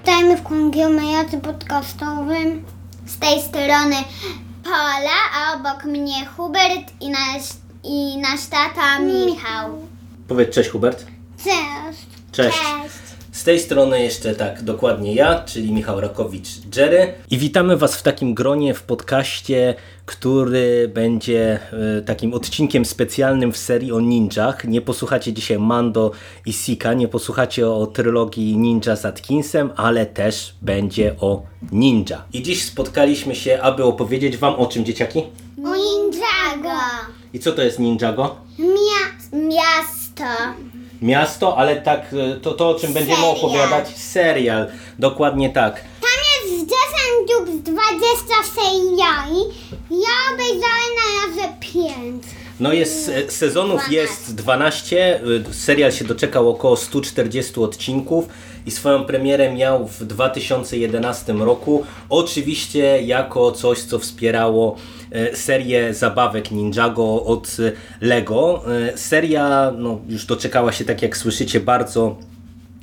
Witajmy w konglomeracie podcastowym. Z tej strony Paula, a obok mnie Hubert i nasz, i nasz tata Michał. Powiedz cześć Hubert. Cześć. Cześć. Z tej strony jeszcze tak dokładnie ja, czyli Michał Rakowicz Jerry. I witamy Was w takim gronie w podcaście, który będzie e, takim odcinkiem specjalnym w serii o ninjach. Nie posłuchacie dzisiaj Mando i Sika, nie posłuchacie o trylogii Ninja z Atkinsem, ale też będzie o ninja. I dziś spotkaliśmy się, aby opowiedzieć Wam o czym dzieciaki? U Ninjago. I co to jest ninjago? Mia- miasto. Miasto, ale tak e, to, to o czym będziemy Serial. opowiadać, serial. Dokładnie tak. Tam jest 10 lub z 20 seriali. Ja obejrzałem na razie 5. No jest, e, sezonów jest 12, y, serial się doczekał około 140 odcinków i swoją premierę miał w 2011 roku. Oczywiście jako coś, co wspierało e, serię zabawek Ninjago od e, Lego. E, Seria no, już doczekała się, tak jak słyszycie, bardzo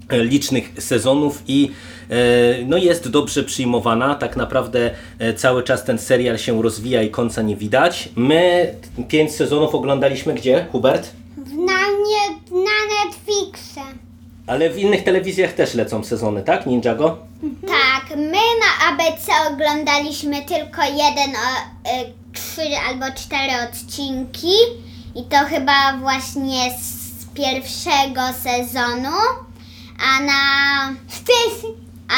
e, licznych sezonów i e, no jest dobrze przyjmowana. Tak naprawdę e, cały czas ten serial się rozwija i końca nie widać. My pięć sezonów oglądaliśmy gdzie, Hubert? Na, nie, na Netflixie. Ale w innych telewizjach też lecą sezony, tak, Ninjago? Tak, my na ABC oglądaliśmy tylko jeden, o, y, trzy albo cztery odcinki i to chyba właśnie z pierwszego sezonu, a na... Spis.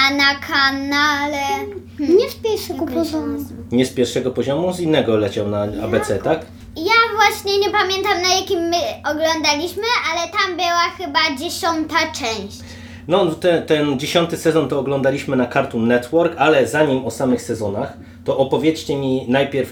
A na kanale... Hmm. Nie z pierwszego poziomu. Nie z pierwszego poziomu, z innego leciał na ABC, tak? Ja właśnie nie pamiętam na jakim my oglądaliśmy, ale tam była chyba dziesiąta część. No, ten, ten dziesiąty sezon to oglądaliśmy na Cartoon Network, ale zanim o samych sezonach, to opowiedzcie mi najpierw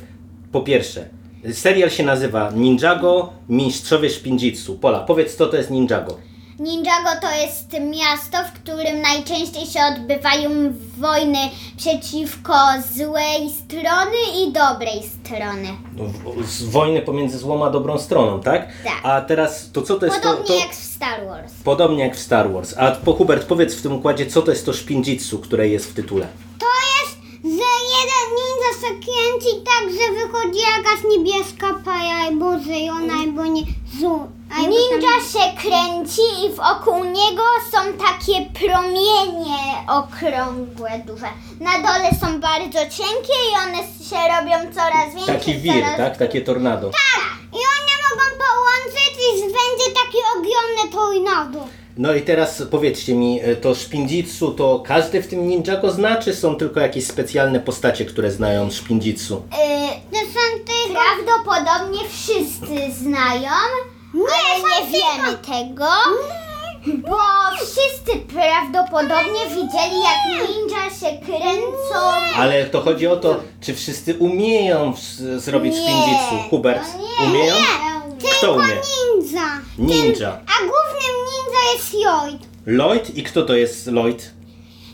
po pierwsze. Serial się nazywa Ninjago Mistrzowie Szpinjitsu. Pola, powiedz co to jest Ninjago. Ninjago to jest miasto, w którym najczęściej się odbywają wojny przeciwko złej strony i dobrej strony. W- No, Z wojny pomiędzy złą a dobrą stroną, tak? Tak. A teraz to co to jest Podobnie to, to... jak w Star Wars. Podobnie jak w Star Wars. A po Hubert, powiedz w tym układzie, co to jest to Szpinjitsu, które jest w tytule. To jest, że jeden ninja się kręci tak, że wychodzi jakaś niebieska paja albo zielona, albo nie, złą. Ninja się kręci i wokół niego są takie promienie okrągłe, duże. Na dole są bardzo cienkie i one się robią coraz większe. Taki wir, coraz tak? Takie tornado. I one mogą połączyć i będzie takie ogromne tornado. No i teraz powiedzcie mi, e, to Szpinjitsu to każdy w tym Ninjago zna, czy są tylko jakieś specjalne postacie, które znają Szpinjitsu? E, to są tylko... Prawdopodobnie wszyscy znają, ale nie wiemy tego, bo wszyscy prawdopodobnie widzieli jak ninja się kręcą. Ale to chodzi o to, czy wszyscy umieją z- zrobić Szpinjitsu? Hubert, No nie, umieją? Nie. Kto umie? Ninja. Ninja. A głównym ninja jest Lloyd. Lloyd i kto to jest Lloyd?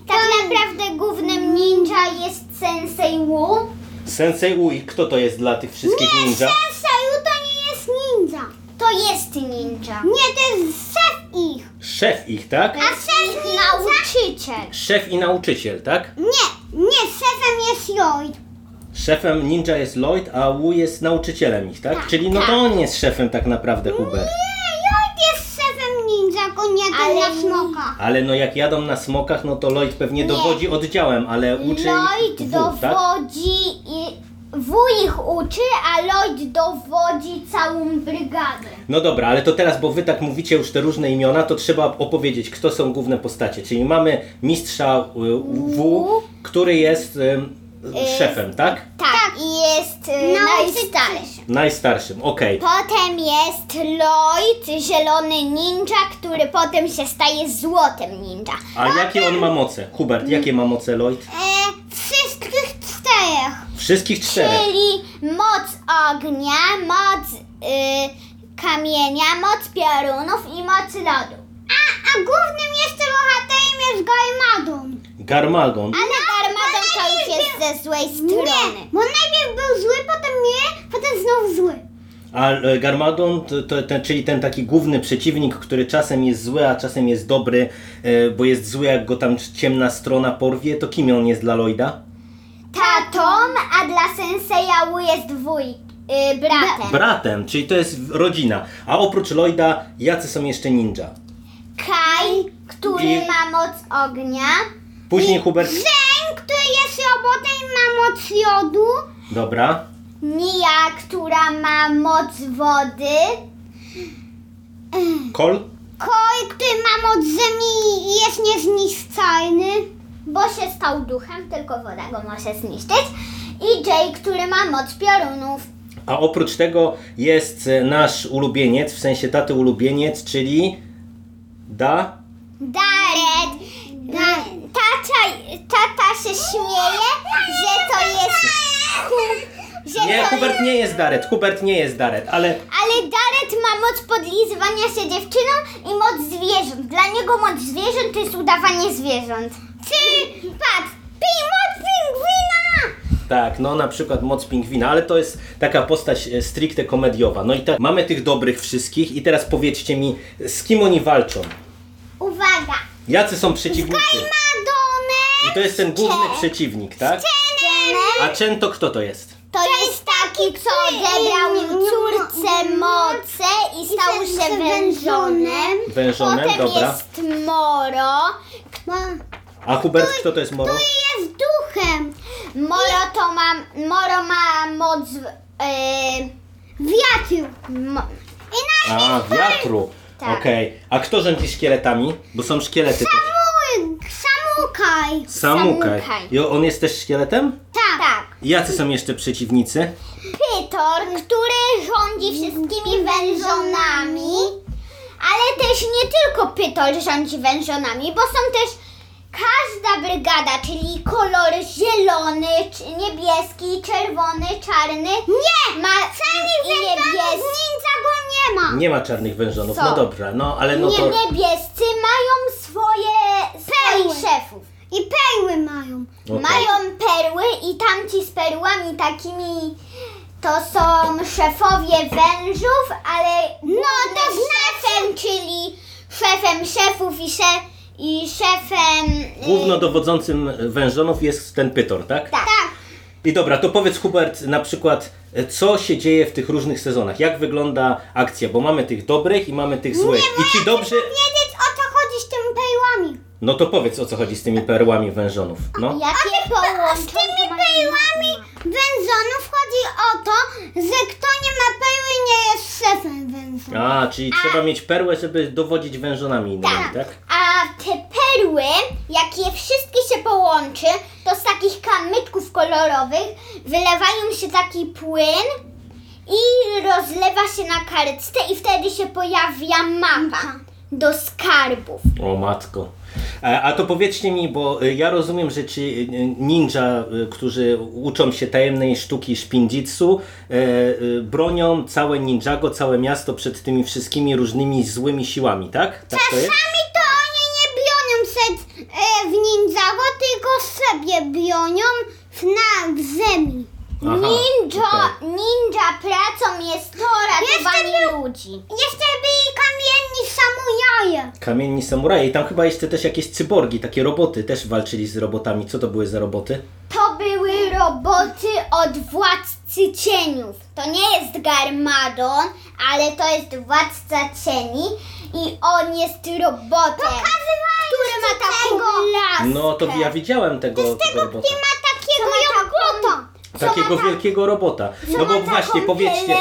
Tak naprawdę głównym ninja jest Sensei Wu. Sensei Ui, kto to jest dla tych wszystkich ninja? Senseiu to nie jest ninja. To jest ninja. Nie, to jest szef ich. Szef ich, tak? A szef ich nauczyciel. Szef i nauczyciel, tak? Nie, nie, szefem jest Lloyd. Szefem ninja jest Lloyd, a Wu jest nauczycielem ich, tak? Czyli no to on jest szefem tak naprawdę, Hubert. Nie, Lloyd jest szefem ninja, koniakiem Ale na smoka. Ale no jak jadą na smokach, no to Lloyd pewnie dowodzi oddziałem, ale uczy Lloyd ich Wu, tak? dowodzi i Wu ich uczy, a Lloyd dowodzi całą brygadę. No dobra, ale to teraz, bo wy tak mówicie już te różne imiona, to trzeba opowiedzieć, kto są główne postacie. Czyli mamy mistrza y, Wu, który jest ym, szefem, tak? Tak, i jest y, Nauczyciel. najstarszy. Najstarszym, okej. Potem jest Lloyd, zielony ninja, który potem się staje złotym ninja. A jakie on ma moce? Hubert, jakie ma moce Lloyd? E, Wszystkich czterech. Wszystkich czterech. Czyli moc ognia, moc y, kamienia, moc piorunów i moc lodu. A, a głównym jeszcze bohaterem jest No, Gaimadon. Garmalgon. Ale Garmadon to już jest ze złej strony. Nie, bo najpierw był zły, potem nie, potem znów zły. A e, Garmadon, to, to, ten, czyli ten taki główny przeciwnik, który czasem jest zły, a czasem jest dobry, e, bo jest zły, jak go tam ciemna strona porwie, to kim on jest dla Lloyda? Tak. Tatą, a dla senseja Wu jest wuj, y, bratem. Bratem, czyli to jest rodzina. A oprócz Lloyda, jacy są jeszcze ninja? Kai, który I- ma moc ognia. Później Hubert... Zen, który jest robotem i ma moc jodu. Dobra. Nia, która ma moc wody. Kol? Koi, który ma moc ziemi i jest niezniszczalny, bo się stał duchem, tylko woda go może zniszczyć. I Jay, który ma moc piorunów. A oprócz tego jest e, nasz ulubieniec, w sensie taty ulubieniec, czyli... Da... Daret. Na- Tata, tata się śmieje, że to jest... hu- Że Nie, to Hubert jest nie jest Daret, Hubert nie jest Daret, ale... ale Daret ma moc podlizywania się dziewczyną i moc zwierząt. Dla niego moc zwierząt to jest udawanie zwierząt. Ty, patrz, pi, moc pingwina! Tak, no na przykład Moc Pingwina, ale to jest taka postać e, stricte komediowa. No i tak, mamy tych dobrych wszystkich i teraz powiedzcie mi, z kim oni walczą? Uwaga! Jacy są przeciwnicy? Adonek! I to jest ten główny przeciwnik, tak? A Chen to kto to jest? To jest taki, co odebrał córce moce i stał się wężonem. Wężonem, Potem dobra. jest Moro. A Hubert, kto to jest Moro? Jest duchem. Moro to ma, Moro ma moc yy, wiatru. Mo- I na A, wiatru. Tak. Okej. A kto rządzi szkieletami? Bo są szkielety też. Samukaj. Samukaj. Samukaj. I on jest też szkieletem? Tak. tak. Jacy są jeszcze przeciwnicy? Pytor, który rządzi wszystkimi wężonami, ale też nie tylko Pytor rządzi wężonami, bo są też każda brygada, czyli kolor zielony, czy- niebieski, czerwony, czarny. Nie! Ma i niebieski. Ninja go nie ma. Nie ma czarnych wężonów. Są. No dobra, no ale no nie, to... niebiescy mają swoje, swoich szefów. I perły mają. Okej. Mają perły i tamci z perłami takimi to są szefowie wężów, ale no to znaczy- szefem, czyli szefem szefów i, szef, i szefem... y, Głównodowodzącym wężonów jest ten pytor, tak? Tak. I dobra, to powiedz Hubert na przykład, e, co się dzieje w tych różnych sezonach? Jak wygląda akcja? Bo mamy tych dobrych i mamy tych złych. I ci dobrzy... Wiedzieć o co chodzi z tymi perłami. No to powiedz o co chodzi z tymi perłami wężonów. No. Jakie połączenia? Z tymi perłami wężonów chodzi o to, że kto nie ma perły nie jest szefem węża. A, czyli trzeba mieć perłę, żeby dowodzić wężonami innymi, tak? A te perły, jak je wszystkie się połączy, to z takich kamyczków kolorowych wylewają się taki płyn i rozlewa się na kartce i wtedy się pojawia mapa do skarbów. O matko. E, A to powiedzcie mi, bo e, ja rozumiem, że ci e, ninja, e, którzy uczą się tajemnej sztuki szpindzitsu, e, e, bronią całe ninjago, całe miasto przed tymi wszystkimi różnymi złymi siłami, tak? Tak to jest? Sami to oni nie bionią przed e, w ninjago, tylko sobie bionią w, na w ziemi. Aha, Ninja, okej. ninja pracą jest to ratowanie ludzi. Jeszcze byli kamienni samuraje. Kamienni samuraje. I tam chyba jeszcze też jakieś cyborgi, takie roboty też walczyli z robotami. Co to były za roboty? To były roboty od władcy cieniów. To nie jest Garmadon, ale to jest władca cieni i on jest robotem, który ma taką laskę. No to ja widziałem tego, tego robota. ma takiego jogota. Takiego wielkiego robota. No bo właśnie, powiedzcie.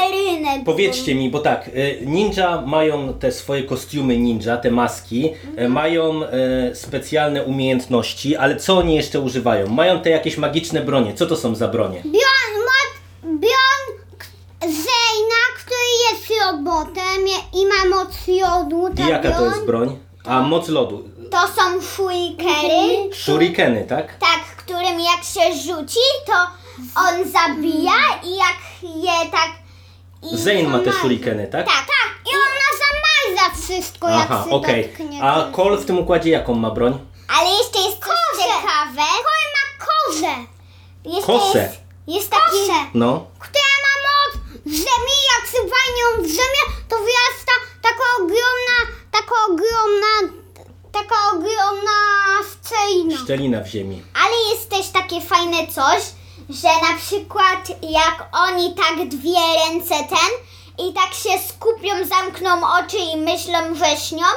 Powiedzcie mi, bo tak, y, ninja mają te swoje kostiumy ninja, te maski, y, mają y, specjalne umiejętności, ale co oni jeszcze używają? Mają te jakieś magiczne bronie. Co to są za bronie? Bion, moc ma moc jodu, ta I jaka to broń. jest broń? A moc lodu. tak To są Mhm. shurikery, Shurikeny, tak? tak, którym jak się rzuci, to on zabija i jak je tak... I Zane ma te pomaga. shurikeny, tak? Tak, tak. I ona zamarza wszystko. jak Aha, się okej. dotknie, A to- Cole w tym układzie jaką ma broń? Ale jeszcze jest coś ciekawe. Koi ma Kozę, Jeszcze Kosę. Jest, jest taki... kozę, No. która ma moc w ziemi, jak sypanie ją w ziemię, to wyrasta taka ogromna, taka ogromna, taka ogromna szczelina. Szczelina w ziemi. Ale jest też takie fajne coś, że na przykład jak oni tak dwie ręce ten i tak się skupią, zamkną oczy i myślą, że śnią,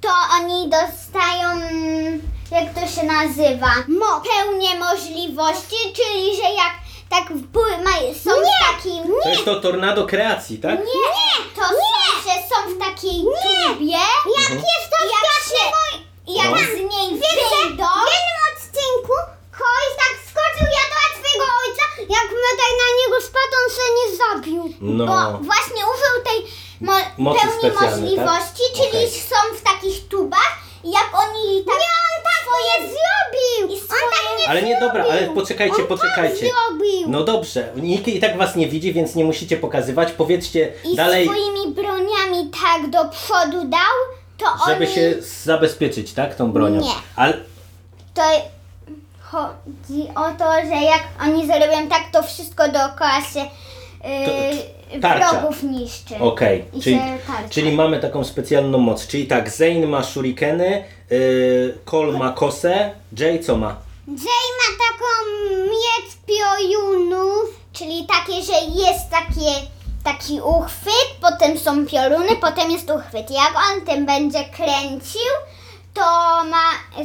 to oni dostają, mm, jak to się nazywa, Mo- pełnię możliwości, czyli że jak tak w bu- maj- są w takim... To jest to tornado kreacji, tak? Nie, to są, że są w takiej nie. tubie. Jak jest to jak się, Jak Mhm. No. z niej wyjdą. W jednym odcinku Koi tak skoczył, jadła twojego ojca, jak metaj na niego spadł, on się nie zabił. No. Bo właśnie użył tej mo- Mocy pełni specjalnej, możliwości, tak? czyli Okej. są w takich tubach i jak oni tak... Nie, on tak swoje, nie zrobił. I swoje... On tak nie Ale nie, dobra, ale poczekajcie, poczekajcie. tak zrobił. No dobrze, nikt i tak was nie widzi, więc nie musicie pokazywać. Powiedzcie I dalej, swoimi broniami tak do przodu dał, to żeby oni... się zabezpieczyć, tak, tą bronią. Nie. Ale to chodzi o to, że jak oni zrobią tak, to wszystko dookoła się To- yy, tarcza. wrogów niszczy. Okej, I tak, czyli, się tarcza. czyli mamy taką specjalną moc. Czyli tak, Zane ma shurikeny, yy, Cole ma kosę, Jay co ma? Jay ma taką miecz piorunów, czyli takie, że jest takie, taki uchwyt, potem są pioruny, potem jest uchwyt. Jak on tym będzie kręcił, to, ma,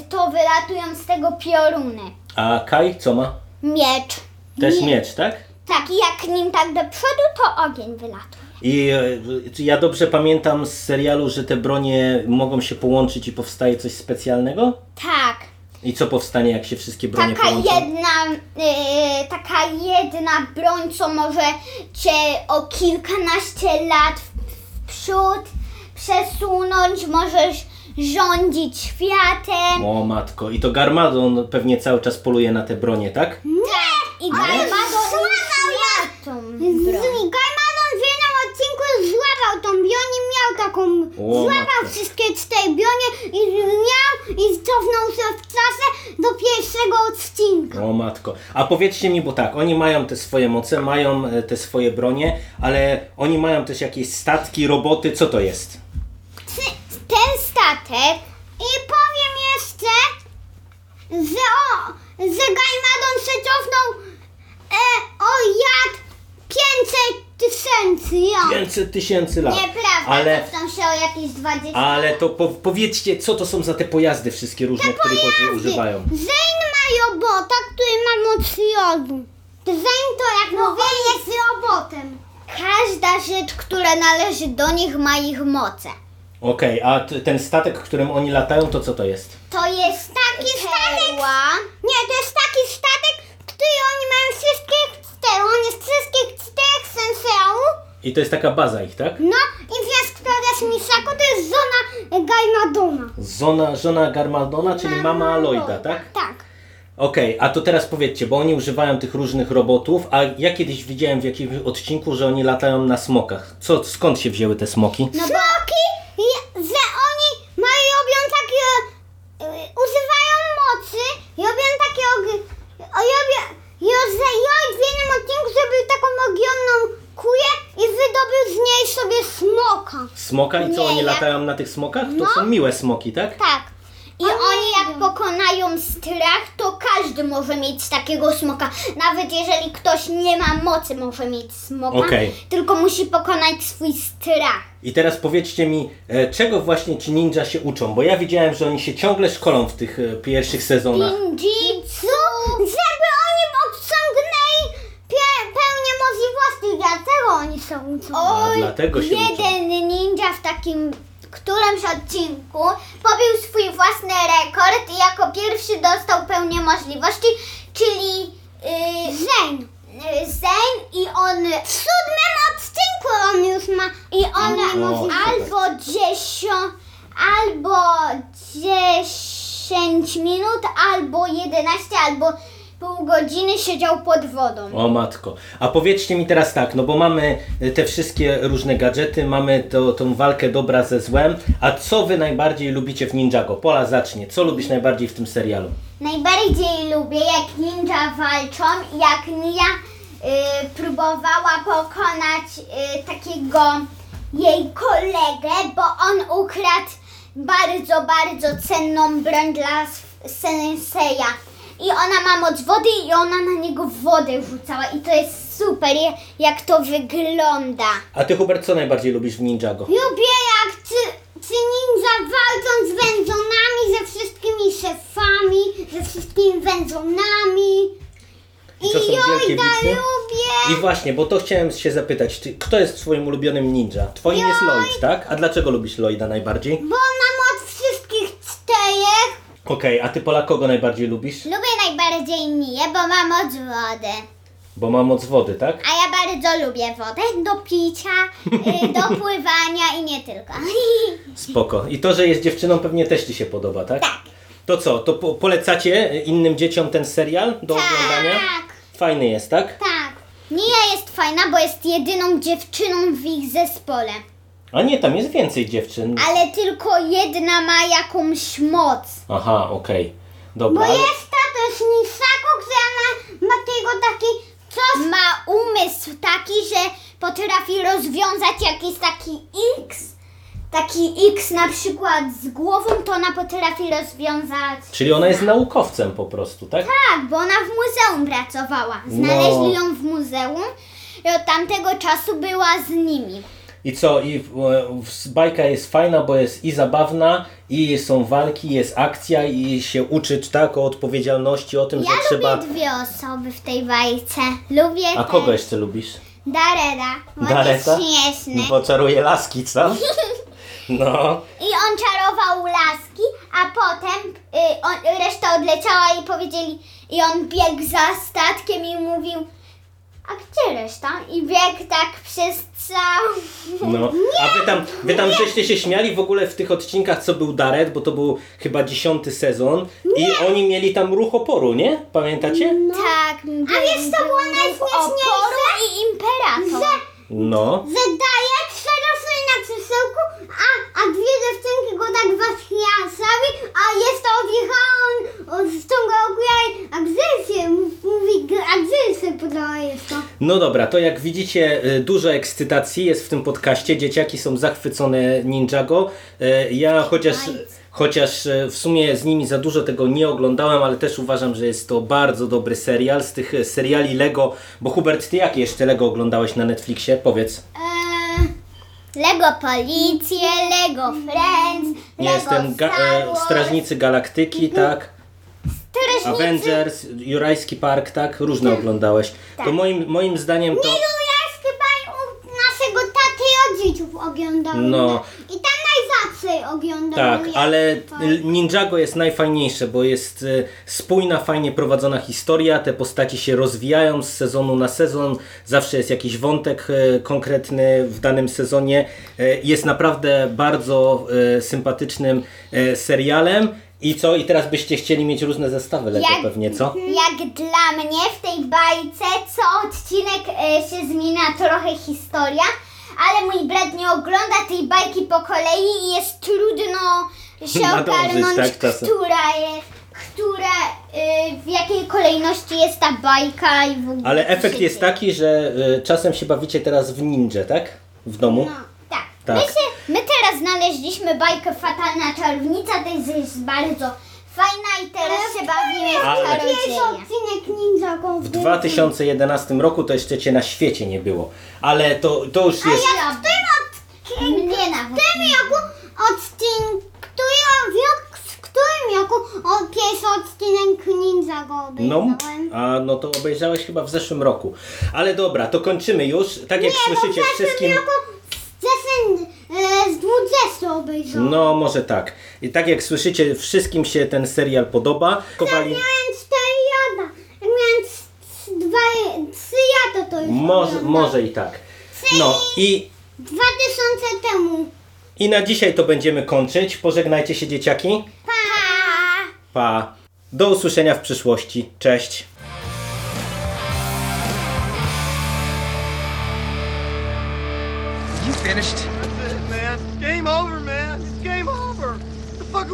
to wylatują z tego pioruny. A Kai co ma? Miecz. Też miecz, tak? Tak, i jak nim tak do przodu, to ogień wylatuje. I e, czy ja dobrze pamiętam z serialu, że te bronie mogą się połączyć i powstaje coś specjalnego? Tak. I co powstanie, jak się wszystkie bronie Taka połączą? jedna, y, taka jedna broń, co może cię o kilkanaście lat w, w przód przesunąć, możesz rządzić światem. O matko, i to Garmadon pewnie cały czas poluje na te bronie, tak? I Garmadon złamał broń. Gaimanon w jednym odcinku złapał tą broń i miał taką... O, złapał matko. wszystkie cztery bronie i miał i cofnął się w czasie do pierwszego odcinka. O matko. A powiedzcie mi, bo tak, oni mają te swoje moce, mają e, te swoje bronie, ale oni mają też jakieś statki, roboty, co to jest? Ten statek I powiem jeszcze, że, o, że Gaimadon się cofnął e, o jad 500 tysięcy lat. 500 tysięcy lat. Nieprawda, Ale, to są się o jakieś 20. ale to po, powiedzcie, co to są za te pojazdy wszystkie różne, które pojazdy. używają. Zane ma robota, który ma moc jodu. Zane to jak no mówię jest robotem. Każda rzecz, która należy do nich, ma ich moce. Okej, a t- ten statek, którym oni latają, to co to jest? To jest taki statek. Nie, to jest taki statek, który oni mają wszystkich czterech. On jest wszystkich czterech sensorów. I to jest taka baza ich, tak? No i wiesz, kto jest Misako, to jest żona Gaimadona. Zona, żona Garmadona, czyli mama Lloyda, tak? Tak. Okej, a to teraz powiedzcie, bo oni używają tych różnych robotów, a ja kiedyś widziałem w jakimś odcinku, że oni latają na smokach. Co, skąd się wzięły te smoki? No Smoki, je- że oni mają, robią takie, e, y, używają mocy, robią takie, og- o, robią, jo- że Lloyd w jednym odcinku zrobił taką ogromną kuję i wydobył z niej sobie smoka. Smoka i co, Nie, oni ja- No. latają na tych smokach? To są miłe smoki, tak? Tak. I oni jak pokonają strach, to każdy może mieć takiego smoka. Nawet jeżeli ktoś nie ma mocy, może mieć smoka. Okej. Tylko musi pokonać swój strach. I teraz powiedzcie mi, e, czego właśnie ci ninja się uczą? Bo ja widziałem, że oni się ciągle szkolą w tych e, pierwszych sezonach. Ninjitsu. Żeby oni odciągnęli pie- pełnię możliwości, dlatego oni są uczeni. Oj, dlatego się jeden ninja w takim którymś odcinku pobił swój własny rekord i jako pierwszy dostał pełnię możliwości, czyli... Yy, Zen. Zane i on... W siódmym odcinku on już ma... I on O, tak, albo dziesiąt... Albo dziesięć minut, albo 11, albo pół godziny siedział pod wodą. O matko. A powiedzcie mi teraz tak, no bo mamy y, te wszystkie różne gadżety, mamy to, tą walkę dobra ze złem, a co wy najbardziej lubicie w Ninjago? Pola zacznie. Co lubisz najbardziej w tym serialu? Najbardziej lubię, jak ninja walczą, jak Nia y, próbowała pokonać y, takiego jej kolegę, bo on ukradł bardzo, bardzo cenną broń dla s- senseja. I ona ma moc wody i ona na niego wodę rzucała i to jest super, je- jak to wygląda. A ty Hubert, co najbardziej lubisz w Ninjago? Lubię jak ci, ci ninja walczą z wędzonami, ze wszystkimi szefami, ze wszystkimi wędzonami. I co są wielkie bitwy? lubię! I właśnie, bo to chciałem się zapytać, ty, kto jest twoim ulubionym ninja? Twoim jest Lloyd, tak? A dlaczego lubisz Lloyda najbardziej? Bo mam od wszystkich czterech. Okej, a ty Pola kogo najbardziej lubisz? Lubię najbardziej Nię, bo ma moc wody. Bo ma moc wody, tak? A ja bardzo lubię wodę do picia, y, do pływania i nie tylko. Spoko. I to, że jest dziewczyną pewnie też Ci się podoba, tak? Tak. To co, to po polecacie innym dzieciom ten serial do oglądania? Fajny jest, tak? Tak. Nia jest fajna, bo jest jedyną dziewczyną w ich zespole. A nie, tam jest więcej dziewczyn. Ale tylko jedna ma jakąś moc. Aha, okej. Dobra. ale- Jest też Nisako, która ma, ma tego taki coś. Ma umysł taki, że potrafi rozwiązać jakiś taki X. Taki X na przykład z głową, to ona potrafi rozwiązać. Czyli ona jest naukowcem po prostu, tak? Tak, bo ona w muzeum pracowała. Znaleźli No. ją w muzeum i od tamtego czasu była z nimi. I co, i e, w- bajka jest fajna, bo jest i zabawna, i są walki, jest akcja, i się uczy tak o odpowiedzialności, o tym, że Ja trzeba... lubię dwie osoby w tej bajce. Lubię A kogo jeszcze lubisz? Dareda, bo on jest Dareta? śmieszny. No Bo czaruje laski, co? No. I on czarował laski, a potem y, on, reszta odleciała i powiedzieli... I on biegł za statkiem i mówił... A gdzie reszta? I biegł tak przez całą... No, a wy tam, wy tam żeście się śmiali w ogóle w tych odcinkach, co był Daret, bo to był chyba dziesiąty sezon i oni mieli tam ruch oporu, nie? Pamiętacie? Tak. A więc to było najśmieszniejsze? i imperator. No. Zadaję przerośnie na krzesełku, a, a dwie dziewczynki go tak wachniasały, a jest to odjechała, on, on ściąga okulary, a gdzie się, mówi, a gdzie się podoba jest to? No dobra, to jak widzicie, y, dużo ekscytacji jest w tym podcaście. Dzieciaki są zachwycone Ninjago. Y, Ja chociaż, chociaż y, w sumie z nimi za dużo tego nie oglądałem, ale też uważam, że jest to bardzo dobry serial z tych y, seriali Lego. Bo Hubert, ty jakie jeszcze Lego oglądałeś na Netflixie? Powiedz. E, Lego Policję, Lego Friends, Nie Lego jestem ga- Star e, Wars. Mhm. Strażnicy Galaktyki, tak? Strażnicy- Avengers, Jurajski Park, tak? Różne oglądałeś. Tak. To moim, moim zdaniem to. Królewski pan u naszego taty i od dzieciów oglądał. No. I tam najzacej oglądał. Tak, jak- ale Ninjago jest najfajniejsze, bo jest e, spójna, fajnie prowadzona historia, te postaci się rozwijają z sezonu na sezon, zawsze jest jakiś wątek e, konkretny w danym sezonie. E, Jest naprawdę bardzo e, sympatycznym e, serialem. I co? I teraz byście chcieli mieć różne zestawy Lego Jak- pewnie, co? Jak dla mnie w tej bajce co odcinek e, się zmienia trochę historia, ale mój brat nie ogląda tej bajki po kolei i jest trudno się Nadążyć, ogarnąć, tak, czasem. która jest, która, e, w jakiej kolejności jest ta bajka i w ogóle. Ale co się efekt jest dzieje. taki, że y, czasem się bawicie teraz w ninja, tak? W domu. Tak. Tak. My, się, my teraz znaleźliśmy bajkę Fatalna Czarownica, to jest, jest bardzo fajna i teraz się bawimy w Ale- Jest czarodzieja. odcinek Ninja Go W 2011 roku to jeszcze cię na świecie nie było. Ale to, to już jest. W tym od... Nie na W tym roku odcinek, który, w, w którym roku o, pierwszy odcinek Ninja Go No, obejrzałem. a no to obejrzałeś chyba w zeszłym roku. Ale dobra, to kończymy już. Tak jak słyszycie no W wszystkim. zeszłym roku z, 10, e, z 20 obejrzałem. No, może tak. I tak jak słyszycie, wszystkim się ten serial podoba. Kowali... Miałem 4 jada, miałem 2, 3 to już no. Może, oglądam. może i tak. No i, Dwa tysiące temu. i na dzisiaj to będziemy kończyć. Pożegnajcie się dzieciaki. Pa! Pa! Do usłyszenia w przyszłości. Cześć! You finished? That's it, man. It's game over, man. It's game over. What the fuck are